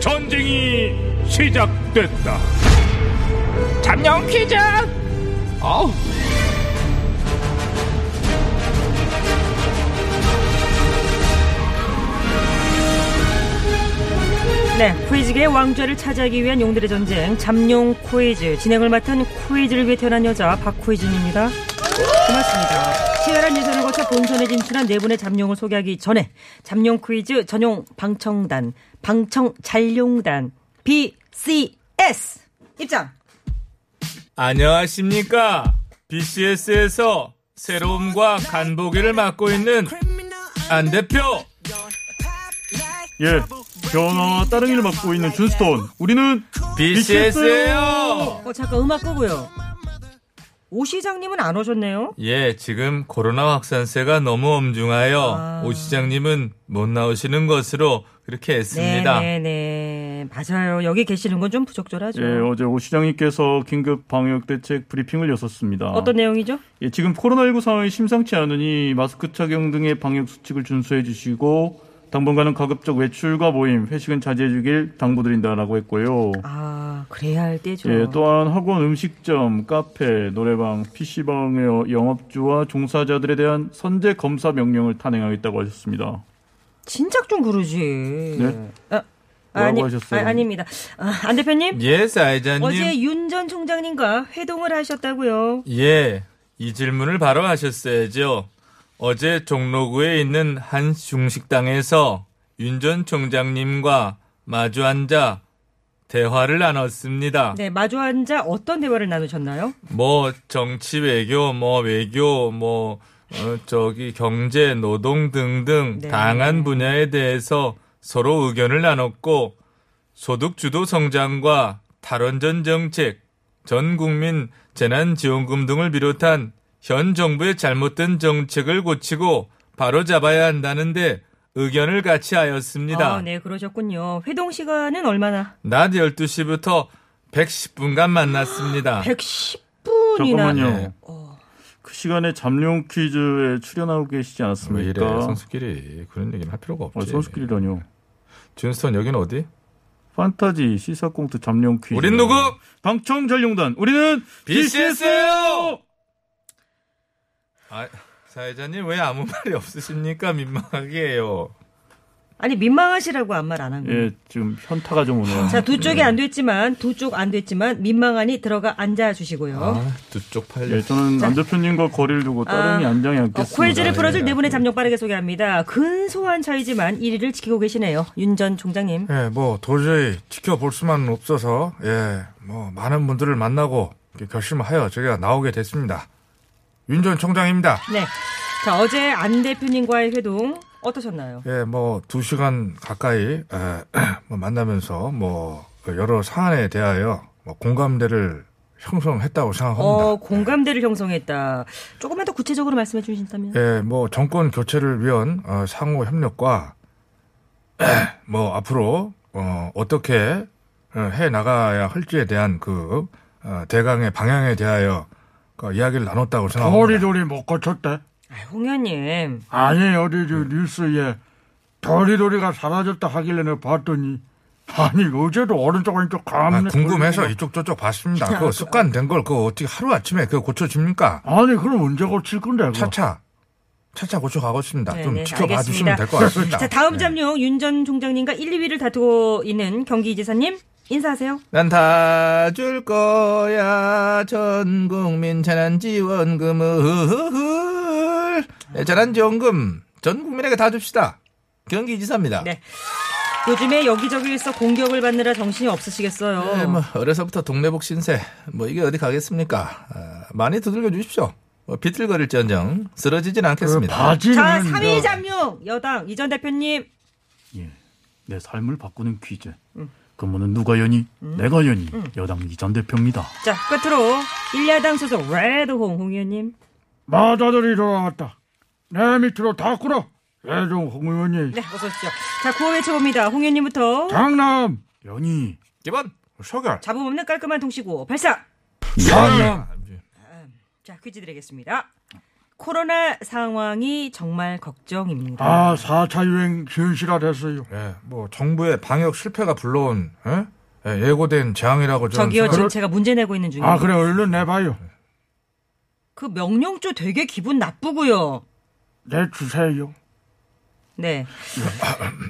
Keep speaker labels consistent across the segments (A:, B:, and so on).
A: 전쟁이 시작됐다. 잠룡 퀴즈! 어우.
B: 네, 코이즈계의 왕좌를 차지하기 위한 용들의 전쟁 잠룡 코이즈 진행을 맡은 코이즈를 위해 태어난 여자 박코이즈입니다. 고맙습니다. 치열한 예선을 거쳐 본선에 진출한 네 분의 잠룡을 소개하기 전에 잠룡 퀴즈 전용 방청단, 방청 잔룡단 BCS 입장.
C: 안녕하십니까. BCS에서 새로움과 간보기를 맡고 있는 안 대표.
D: 예, 변화 다른 일을 맡고 있는 준스톤. 우리는
C: BCS예요.
B: 어, 잠깐 음악 끄고요. 오 시장님은 안 오셨네요.
C: 예, 지금 코로나 확산세가 너무 엄중하여
B: 아.
C: 오 시장님은 못 나오시는 것으로 그렇게 했습니다.
B: 네네네. 맞아요. 여기 계시는 건 좀 부적절하죠.
D: 예, 어제 오 시장님께서 긴급 방역 대책 브리핑을 여섰습니다.
B: 어떤 내용이죠?
D: 예, 지금 코로나19 상황이 심상치 않으니 마스크 착용 등의 방역 수칙을 준수해 주시고 당분간은 가급적 외출과 모임, 회식은 자제해 주길 당부드린다라고 했고요.
B: 아, 그렇죠. 그래야 할 때죠.
D: 예, 또한 학원, 음식점, 카페, 노래방, PC방의 영업주와 종사자들에 대한 선제 검사 명령을 탄행하겠다고 하셨습니다.
B: 진작 좀 그러지.
D: 네?
B: 아, 아니,
D: 뭐라고 하셨어요?
B: 아, 닙니다 안 대표님,
C: 예, 사회자님.
B: 네. 어제 윤 전 총장님과 회동을 하셨다고요.
C: 예, 이 질문을 바로 하셨어야죠. 어제 종로구에 있는 한 중식당에서 윤 전 총장님과 마주 앉아 대화를 나눴습니다.
B: 네, 마주 앉아 어떤 대화를 나누셨나요?
C: 뭐 정치 외교, 뭐 외교, 뭐 어, 저기 경제, 노동 등등
B: 네.
C: 다양한 분야에 대해서 서로 의견을 나눴고 소득 주도 성장과 탈원전 정책, 전 국민 재난 지원금 등을 비롯한 현 정부의 잘못된 정책을 고치고 바로 잡아야 한다는데 의견을 같이 하였습니다.
B: 아, 네, 그러셨군요. 회동 시간은 얼마나?
C: 낮 12시부터 110분간
D: 아,
B: 아,
C: 만났습니다.
B: 110분이나.
D: 잠깐만요.
C: 네.
D: 그 시간에 잠룡 퀴즈에 출연하고 계시지
C: 왜뭐 이래
E: 그러니까.
D: 않았습니까?
C: 선수끼리 그런 얘기는 할 필요가
E: 어,
C: 없지.
D: 아, 선수끼리라뇨.
C: 준스턴 여기는 어디?
D: 판타지 시사공트 잠룡 퀴즈.
C: 우린 누구?
D: 방청전용단. 우리는
C: BCS예요. 아, 사회자님 왜 아무 말이 없으십니까? 민망하게 해요.
B: 아니, 민망하시라고 아무 말안 한 거예요.
D: 예, 지금 현타가 좀 오네요.
B: 자, 두 쪽이 안 됐지만, 두 쪽 안 됐지만, 민망하니 들어가 앉아 주시고요.
C: 아, 두 쪽 팔려.
D: 예, 저는 안 대표님과 거리를 두고 따릉이
C: 아,
D: 안장이
B: 어,
D: 않겠습니다.
B: 코일즈를 풀어줄
C: 예.
B: 네 분의 잠룡 빠르게 소개합니다. 근소한 차이지만 1위를 지키고 계시네요. 윤 전 총장님.
E: 예, 뭐 도저히 지켜볼 수만은 없어서 예, 뭐 많은 분들을 만나고 이렇게 결심을 하여 저희가 나오게 됐습니다. 윤 전 총장입니다.
B: 네. 자, 어제 안 대표님과의 회동 어떠셨나요?
E: 예, 뭐 두 시간 가까이 예, 뭐 만나면서 뭐그 여러 사안에 대하여 뭐 공감대를 형성했다고 생각합니다.
B: 어, 공감대를 형성했다. 조금만 더 구체적으로 말씀해 주신다면.
C: 네.
E: 예, 뭐 정권 교체를 위한 어, 상호 협력과 뭐 앞으로 어, 어떻게 해 나가야 할지에 대한 그 어, 대강의 방향에 대하여 그 이야기를 나눴다고
D: 아,
E: 생각합니다.
D: 도리도리 못 거쳤대.
B: 아, 홍현님.
D: 아니, 어디 저 뉴스에 도리도리가 사라졌다 하길래 내가 봤더니 아니, 어제도 오른쪽 왼쪽
E: 아,
D: 감네.
E: 궁금해서 이쪽 저쪽 봤습니다. 그 습관된 걸 그 어떻게 하루 아침에 그 고쳐집니까?
D: 아니, 그럼 언제 고칠 건데? 그거?
E: 차차 차차 고쳐 가고 있습니다.
B: 네,
E: 좀
B: 네,
E: 지켜봐
B: 알겠습니다.
E: 주시면 될 것 같습니다.
B: 자, 다음 잠룡 윤 전 총장님과 1, 2위를 다투고 있는 경기 이지사님. 인사하세요.
C: 난 다 줄 거야 전 국민 재난 지원금을 네, 재난 지원금 전 국민에게 다 줍시다. 경기지사입니다.
B: 네. 요즘에 여기저기에서 공격을 받느라 정신이 없으시겠어요.
C: 네, 뭐 어려서부터 동네복 신세 뭐 이게 어디 가겠습니까? 아, 많이 두들겨 주십시오. 뭐 비틀거릴지언정 쓰러지진 않겠습니다.
D: 그 바지는
B: 자, 3위
D: 저-
B: 잠룡 여당 이전 대표님.
D: 내 삶을 바꾸는 퀴즈. 그러면 누가 연이? 내가 연이. 여당 이전 대표입니다.
B: 자, 끝으로 일야당 소속 레드홍 홍 의원님.
D: 마자들이 돌아왔다. 내 밑으로 다 끌어. 예종 홍 의원이.
B: 네, 어서 오십시오. 자, 구호 외쳐봅니다. 홍 의원님부터.
D: 아. 장남. 연이.
C: 기본
E: 소결.
B: 잡음 없는 깔끔한 동시고 발사.
D: 장남.
B: 자, 퀴즈 드리겠습니다. 코로나 상황이 정말 걱정입니다.
D: 아,
C: 음.
D: 4차 유행 현실화 됐어요.
E: 예, 뭐 정부의 방역 실패가 불러온 예? 예, 예고된 재앙이라고 저는
B: 저기요, 지금
E: 생각을-
B: 제가 문제 내고 있는
C: 음.
B: 중이에요.
D: 아, 그래, 얼른 내봐요.
B: 그 명령조 되게 기분 나쁘고요.
D: 내주세요.
B: 네.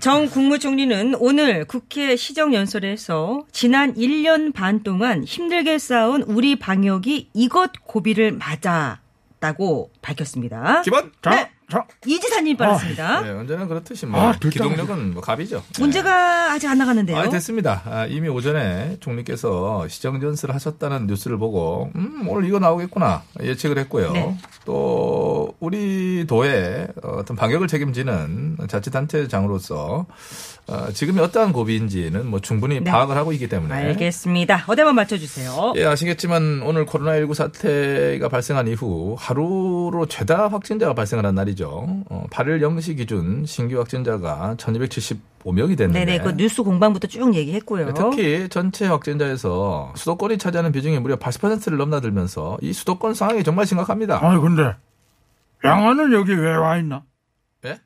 B: 정 국무총리는 오늘 국회 시정연설에서 지난 1년 반 동안 힘들게 쌓아온 우리 방역이 이것 고비를 맞았다고 밝혔습니다.
C: 기본
D: 자,
B: 네.
D: 자.
B: 이 지사님 빠졌습니다.
C: 예, 언제나 그렇듯이 뭐
D: 아, 둘다
C: 기동력은 뭐 갑이죠. 예.
B: 어? 문제가 아직 안 나가는데요.
C: 아, 됐습니다. 아, 이미 오전에 총리께서 시정전술 하셨다는 뉴스를 보고 음, 오늘 이거 나오겠구나 예측을 했고요.
B: 네.
C: 또 우리 도의 어떤 방역을 책임지는 자치단체장으로서 어, 지금이 어떠한 고비인지는 뭐 충분히
B: 네.
C: 파악을 하고 있기 때문에
B: 알겠습니다. 어디만 맞춰주세요.
C: 예, 아시겠지만 오늘 코로나19 사태가 발생한 이후 하루로 최다 확진자가 발생을 한 날이죠. 어, 8일 0시 기준 신규 확진자가 1275명이 됐는데 예,
B: 네네, 그 뉴스 공방부터 쭉 얘기했고요.
C: 네, 특히 전체 확진자에서 수도권이 차지하는 비중이 무려 80%를 넘나들면서 이 수도권 상황이 정말 심각합니다.
D: 아니, 근데, 양아는 여기 왜 와 있나?
C: 예?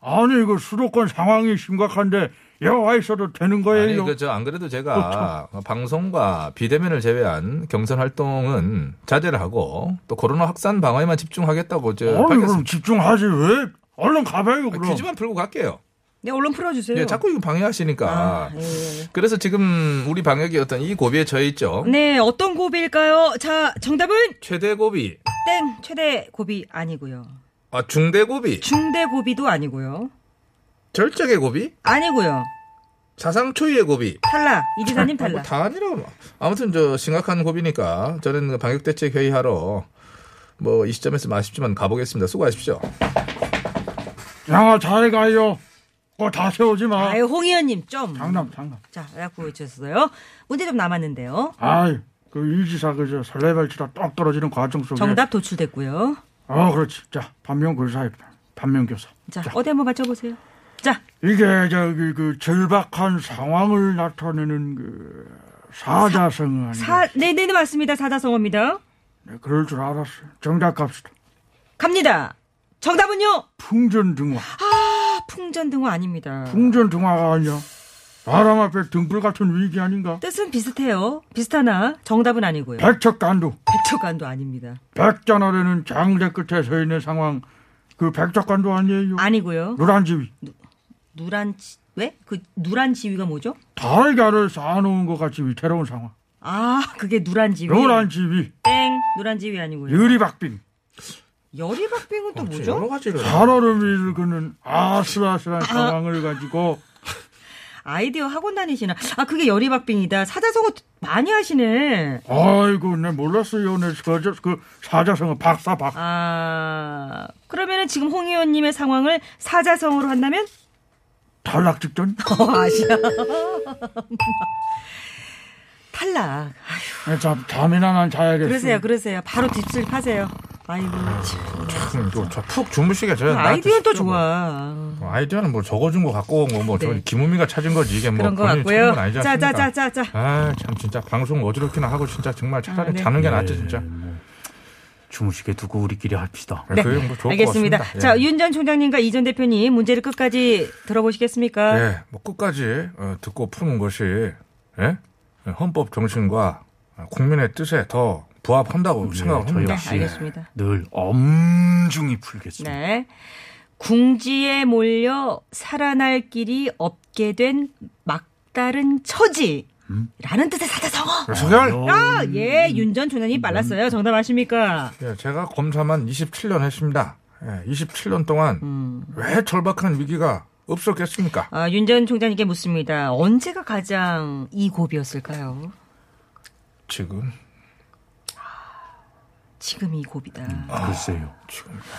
D: 아니, 이거 수도권 상황이 심각한데, 여기 와 있어도 되는
C: 아니
D: 거예요?
C: 그저 안 그래도 제가 방송과 비대면을 제외한 경선 활동은 자제를 하고 또 코로나 확산 방어에만 집중하겠다고 제
D: 아니, 그럼
C: 밝혔습니다. 아,
D: 집중하지, 왜? 얼른 가봐요, 그럼.
C: 퀴즈만 풀고 갈게요.
B: 네, 얼른 풀어주세요.
C: 예, 자꾸 이거 방해하시니까.
B: 아, 예, 예.
C: 그래서 지금 우리 방역이 어떤 이 고비에 처해 있죠.
B: 네, 어떤 고비일까요? 자, 정답은
C: 최대 고비,
B: 땡! 최대 고비 아니고요.
C: 아, 중대 고비,
B: 중대 고비도 아니고요.
C: 절정의 고비,
B: 아니고요.
C: 사상 초유의 고비.
B: 탈락. 이지사님
C: 아, 뭐
B: 탈락.
C: 다 아니라고. 아무튼 저 심각한 고비니까 저는 그 방역대책 회의하러 뭐 이 시점에서 아쉽지만 가보겠습니다. 수고하십시오.
D: 양아, 잘 가요. 그거 다 세우지 마.
B: 아유, 홍의원님 좀.
D: 장남, 장남.
B: 자, 약고 외쳤어요. 문제 좀 남았는데요.
D: 아이, 그 이지사 그저 설레발치다 떡 떨어지는 과정 속에.
B: 정답 도출됐고요.
D: 아, 그렇지. 자, 반면교사입니다. 반면교사.
B: 자, 어디 한번 맞춰보세요. 자,
D: 이게 저기 그 절박한 상황을 나타내는 그 사자성어 아니에요?
B: 사, 네네네, 맞습니다. 사다성어입니다.
D: 네, 그럴 줄 알았어요. 정답 갑시다.
B: 갑니다. 정답은요?
D: 풍전등화.
B: 아, 풍전등호 아닙니다.
D: 풍전등화가 아니야. 바람 앞에 등불 같은 위기 아닌가?
B: 뜻은 비슷해요. 비슷하나 정답은 아니고요.
D: 백척간도.
B: 백척관도 아닙니다.
D: 백전아래는 장대 끝에 서 있는 상황. 그 백척간도 아니에요.
B: 아니고요.
D: 노란지위.
B: 누란 지, 왜? 그 누란 지위가 뭐죠?
D: 달걀을 쌓아놓은 것 같이 위태로운 상황.
B: 아, 그게 누란 지위.
D: 노란지위.
B: 땡. 누란 지위 아니고요.
D: 유리박빙.
B: 여리박빙은 또 뭐죠?
C: 여러 가지를.
D: 살얼음을 그는 아슬아슬한 상황을 가지고
B: 아이디어 학원 다니시나? 아, 그게 여리박빙이다. 사자성어 많이 하시네.
D: 아이고, 내 몰랐어요. 내 사자, 그 사자성어 박사 박.
B: 아, 그러면은 지금 홍 의원님의 상황을 사자성어로 한다면?
D: 탈락 직전?
B: 어, 아시아. 탈락.
D: 네, 잠, 잠이나 난 자야겠어.
B: 그러세요, 그러세요. 바로 뒷줄 파세요. 아이고, 참.
E: 참, 저- 음, 저푹 주무시게 저
B: 아이디어는 또 좋아.
E: 아이디어는 뭐 적어준 거 갖고 온 거뭐
B: 네.
E: 김우미가 찾은 거지 이게 뭐
B: 그런 거
E: 본인이
B: 같고요.
E: 찾은 건 아니지 않습니까?
B: 자자자자자.
E: 아참 진짜 방송 어지럽기나 하고 진짜 정말 차라리
B: 아, 네.
E: 자는 게 낫지 진짜.
D: 주무시게 두고 우리끼리 합시다.
E: 네. 그게 뭐 좋을
B: 알겠습니다.
E: 것 같습니다.
B: 자,
E: 예.
B: 윤 전 총장님과 이 전 대표님 문제를 끝까지 들어보시겠습니까?
E: 예, 뭐 끝까지 어, 듣고 푸는 것이 예? 헌법 정신과 국민의 뜻에 더 부합한다고 생각합니다.
B: 역시. 네, 알겠습니다.
D: 늘 엄중히 풀겠습니다.
B: 네. 궁지에 몰려 살아날 길이 없게 된 막다른 처지라는 뜻의 사자성어.
E: 네, 소결.
C: 음.
B: 아, 예, 윤 전 총장님 빨랐어요. 정답 아십니까?
E: 예, 제가 검사만 27년 했습니다. 예, 27년 동안 왜 절박한 위기가 없었겠습니까?
B: 아, 윤 전 총장님께 묻습니다. 언제가 가장 이 고비였을까요?
E: 지금
B: 지금이 고비다.
E: 아, 글쎄요.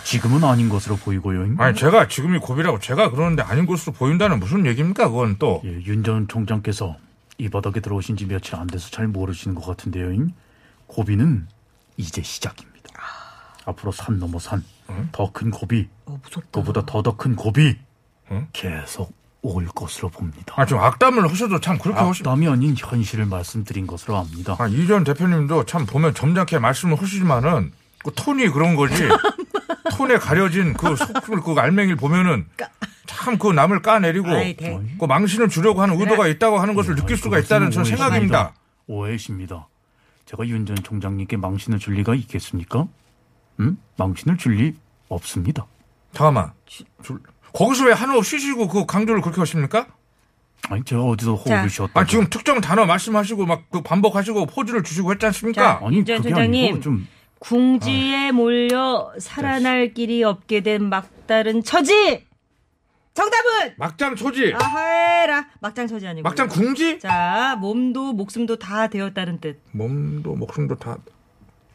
E: 지금은 아닌 것으로 보이고요.
C: 아, 아니 제가 지금이 고비라고 제가 그러는데 아닌 것으로 보인다는 무슨 얘기입니까? 그건 또
E: 예, 윤 전 총장께서 이 바닥에 들어오신 지 며칠 안 돼서 잘 모르시는 것 같은데요. 잉? 고비는 이제 시작입니다. 앞으로 산 넘어 산, 더 큰 고비,
B: 아. 어, 무섭다.
E: 그보다 더 더 큰 고비 계속 올 것으로 봅니다.
C: 아, 지금 악담을 하셔도 참 그렇게 하시.
E: 악담이 아닌 현실을 말씀드린 것으로 압니다.
C: 아, 이전 대표님도 참 보면 점잖게 말씀을 하시지만은 그 톤이 그런 거지. 톤에 가려진 그 속을 그 알맹이를 보면은 참 그 남을 까내리고
B: 아이, 네. 대-
C: 그 망신을 주려고 하는 의도가 있다고 하는 것을
E: 예,
C: 느낄
E: 아이,
C: 수가
E: 그것은
C: 있다는 저
E: 오해십니다.
C: 생각입니다.
E: 음, 오해십니다. 제가 윤 전 총장님께 망신을 줄 리가 있겠습니까? 음? 망신을 줄 리 없습니다.
C: 잠깐만. 줄- 거기서 왜 한호 쉬시고 그 강조를 그렇게 하십니까?
E: 아니 제가 어디서
B: 자.
E: 호흡을 쉬었다.
C: 아 지금 특정 단어 말씀하시고 막 그 반복하시고 포즈를 주시고 했지 않습니까?
E: 아니
B: 전
E: 그게
B: 총장님.
E: 아니고 좀
B: 궁지에 몰려 살아날 길이 없게 된 막다른 처지. 정답은
C: 막장 소지,
B: 아하라 막장 처지 아니고.
C: 막장 궁지,
B: 자 몸도 목숨도 다 되었다는 뜻.
C: 몸도 목숨도 다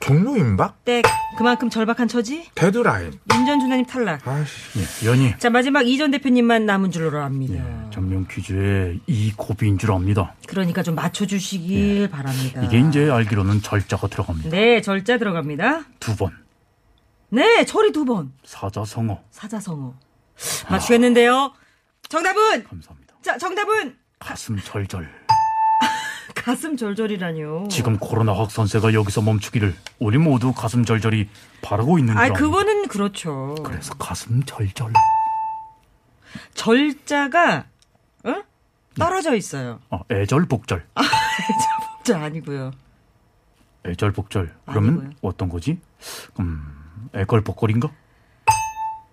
C: 종로 임박,
B: 땡. 그만큼 절박한 처지.
C: 데드라인.
B: 윤전 총장님 탈락.
C: 아씨,
E: 예, 연희
B: 자 마지막 이전 대표님만 남은 줄로 압니다.
E: 전면 퀴즈의 이 고비인 줄 압니다.
B: 그러니까 좀 맞춰주시길 바랍니다.
E: 예. 이게 이제 알기로는 절자가 들어갑니다.
B: 네 절자 들어갑니다.
E: 두 번
B: 네 처리 두 번.
E: 사자성어
B: 사자성어
E: 아.
B: 맞추겠는데요. 정답은
E: 감사합니다.
B: 자 정답은
E: 가슴 절절.
B: 가슴 절절이라뇨.
E: 지금 코로나 확산세가 여기서 멈추기를 우리 모두 가슴 절절히 바라고 있는 줄
B: 아
E: 압니다.
B: 그거는 그렇죠.
E: 그래서 가슴 절절.
B: 절자가 어?
E: 예.
B: 떨어져 있어요.
E: 아, 애절복절.
B: 자 아니고요.
E: 애절복절. 그러면
B: 아니고요.
E: 어떤 거지? 음, 애걸복걸인가?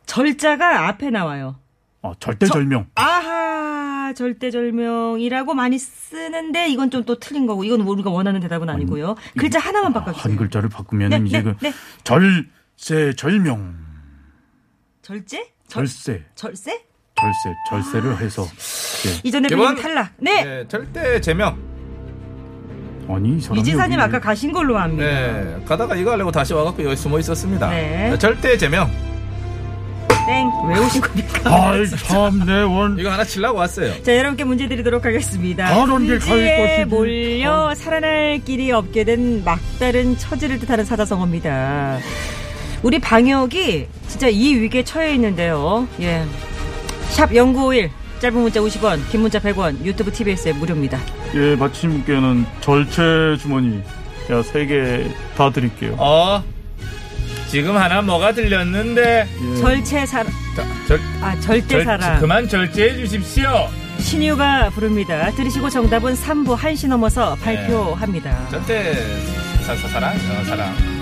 B: 절자가 앞에 나와요.
E: 아, 절대절명.
B: 아하 절대절명이라고 많이 쓰는데 이건 좀 또 틀린 거고 이건 우리가 원하는 대답은 아니고요. 글자 하나만 바꿔주세요.
E: 한 글자를 바꾸면
B: 네,
E: 이제
B: 네,
E: 그
B: 네.
E: 절세절명.
B: 절제? 절, 아,
E: 절세.
B: 절세?
E: 절세. 절세를 해서. 예.
B: 이전 대표님
F: 이번-
B: 탈락. 네.
F: 네, 절대 제명.
E: 아니, 이 사람이
B: 이지사님
E: 여기
B: 아까 가신 걸로 합니다.
F: 네, 가다가 이거 하려고 다시 와갖고 여기 숨어 있었습니다.
B: 음. 네.
F: 절대 제명.
B: 땡. 왜 오신 겁니까?
E: 아이, 참, 내 원.
F: 이거 하나 치려고 왔어요.
B: 자, 여러분께 문제 드리도록 하겠습니다.
E: 다른 게
B: 궁지에
E: 갈 것이지.
B: 몰려 살아날 길이 없게 된 막다른 처지를 뜻하는 사자성어입니다. 우리 방역이 진짜 이 위기에 처해 있는데요. 예. 샵 0951. 짧은 문자 50원, 긴 문자 100원, 유튜브 TBS에 무료입니다.
E: 예, 마침께는 절체 주머니. 제가 세개 다 드릴게요.
F: 어, 지금 하나 뭐가 들렸는데.
B: 절체 사랑,
F: 자, 절,
B: 아, 절대 사랑.
F: 그만 절제해 주십시오.
B: 신유가 부릅니다. 들으시고 정답은 3부 1시 넘어서 발표합니다.
F: 절대 사, 사, 사랑, 어, 사랑.